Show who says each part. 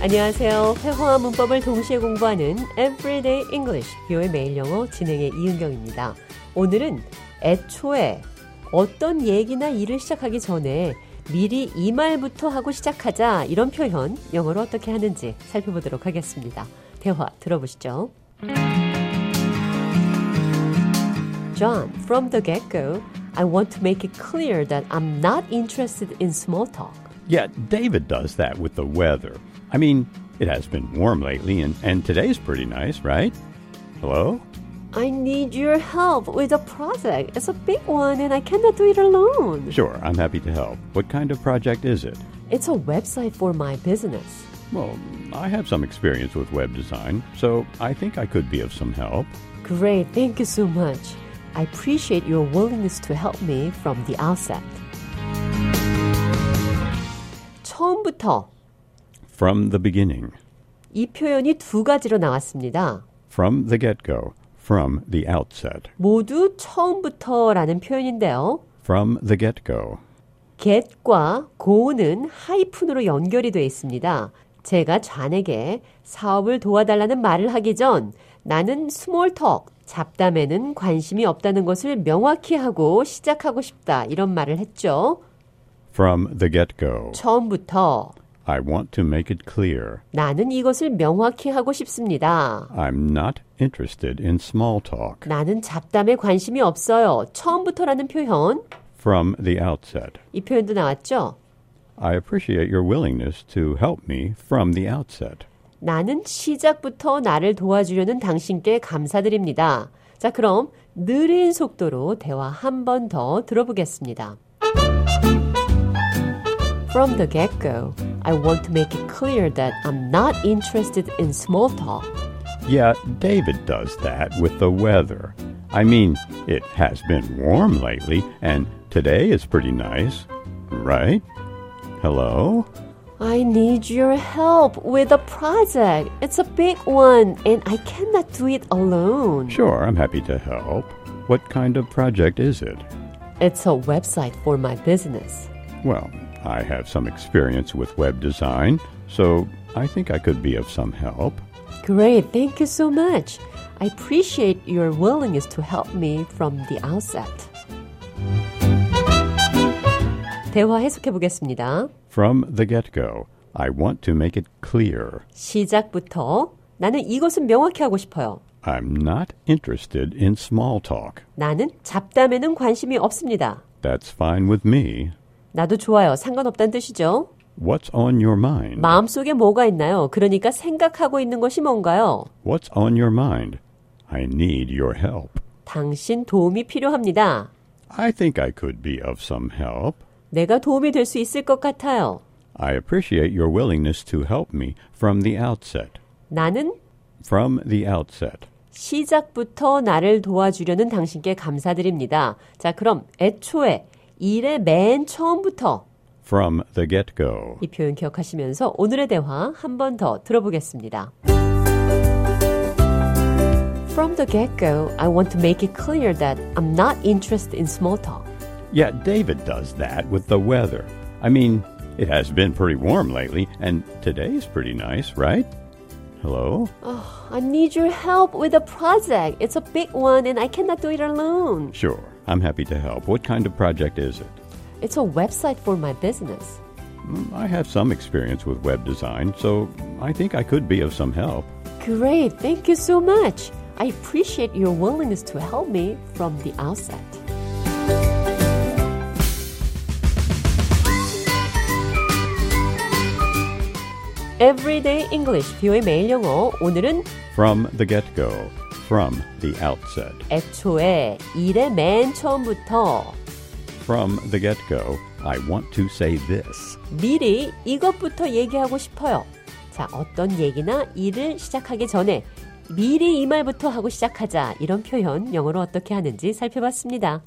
Speaker 1: 안녕하세요. 회화와 문법을 동시에 공부하는 Everyday English, 뷰의 매일 영어 진행의 이은경입니다. 오늘은 애초에 어떤 얘기나 일을 시작하기 전에 미리 이 말부터 하고 시작하자 이런 표현 영어로 어떻게 하는지 살펴보도록 하겠습니다. 대화 들어보시죠. John, from the get-go, I want to make it clear that I'm not interested in small talk.
Speaker 2: Yeah, David does that with the weather. I mean, it has been warm lately, and, and today's pretty nice, right? Hello?
Speaker 1: I need your help with a project. It's a big one and I cannot do it alone.
Speaker 2: Sure, I'm happy to help. What kind of project is it?
Speaker 1: It's a website for my business.
Speaker 2: Well, I have some experience with web design, so I think I could be of some help.
Speaker 1: Great, thank you so much. I appreciate your willingness to help me from the outset. 처음부터
Speaker 2: From the beginning,
Speaker 1: 이 표현이 두 가지로 나왔습니다.
Speaker 2: from the get go, from the outset,
Speaker 1: 모두 처음부터라는 표현인데요.
Speaker 2: from the get go.
Speaker 1: get과 go는 하이픈으로 연결이 되어 있습니다. 제가 잔에게 사업을 도와달라는 말을 하기 전 나는 스몰 턱, 잡담에는 관심이 없다는 것을 명확히 하고 시작하고 싶다 이런 말을 했죠.
Speaker 2: From the get go,
Speaker 1: 처음부터
Speaker 2: I want to make it clear
Speaker 1: 나는 이것을 명확히 하고 싶습니다.
Speaker 2: I'm not interested in small talk.
Speaker 1: 나는 잡담에 관심이 없어요. 처음부터라는 표현,
Speaker 2: From the outset.
Speaker 1: 이 표현도 나왔죠?
Speaker 2: I appreciate your willingness to help me from the outset.
Speaker 1: 나는 시작부터 나를 도와주려는 당신께 감사드립니다. 자, 그럼 느린 속도로 대화 한 번 더 들어보겠습니다. From the get-go, I want to make it clear that I'm not interested in small talk.
Speaker 2: Yeah, David does that with the weather. I mean, it has been warm lately, and today is pretty nice, right? Hello?
Speaker 1: I need your help with a project. It's a big one, and I cannot do it alone.
Speaker 2: Sure, I'm happy to help. What kind of project is it?
Speaker 1: It's a website for my business.
Speaker 2: Well, I have some experience with web design, so I think I could be of some help.
Speaker 1: Great, thank you so much. I appreciate your willingness to help me from the outset. 대화 해석해 보겠습니다.
Speaker 2: From the get go, I want to make it clear
Speaker 1: 시작부터 나는 이것은 명확히 하고 싶어요.
Speaker 2: I'm not interested in small talk.
Speaker 1: 나는 잡담에는 관심이 없습니다.
Speaker 2: That's fine with me.
Speaker 1: 나도 좋아요. 상관없다는 뜻이죠.
Speaker 2: What's on your mind?
Speaker 1: 마음속에 뭐가 있나요? 그러니까 생각하고 있는 것이 뭔가요?
Speaker 2: What's on your mind? I need your help.
Speaker 1: 당신 도움이 필요합니다.
Speaker 2: I think I could be of some help.
Speaker 1: 내가 도움이 될 수 있을 것 같아요.
Speaker 2: I appreciate your willingness to help me from the outset.
Speaker 1: 나는
Speaker 2: From the outset.
Speaker 1: 시작부터 나를 도와주려는 당신께 감사드립니다. 자, 그럼 애초에 일의 맨 처음부터
Speaker 2: From the get go.
Speaker 1: 이 표현 기억하시면서 오늘의 대화 한 번 더 들어보겠습니다. From the get-go, I want to make it clear that I'm not interested in small talk.
Speaker 2: Yeah, David does that with the weather. I mean, it has been pretty warm lately, and today's pretty nice, right? Hello?
Speaker 1: I need your help with a project. It's a big one and I cannot do it alone.
Speaker 2: Sure, I'm happy to help. What kind of project is it?
Speaker 1: It's a website for my business.
Speaker 2: Mm, I have some experience with web design, so I think I could be of some help.
Speaker 1: Great, thank you so much. I appreciate your willingness to help me from the outset. Everyday English, 뷰의 매일 영어. 오늘은
Speaker 2: From the get go, from the outset.
Speaker 1: 애초에 일의 맨 처음부터
Speaker 2: From the get go, I want to say this.
Speaker 1: 미리 이것부터 얘기하고 싶어요. 자, 어떤 얘기나 일을 시작하기 전에 미리 이 말부터 하고 시작하자. 이런 표현 영어로 어떻게 하는지 살펴봤습니다.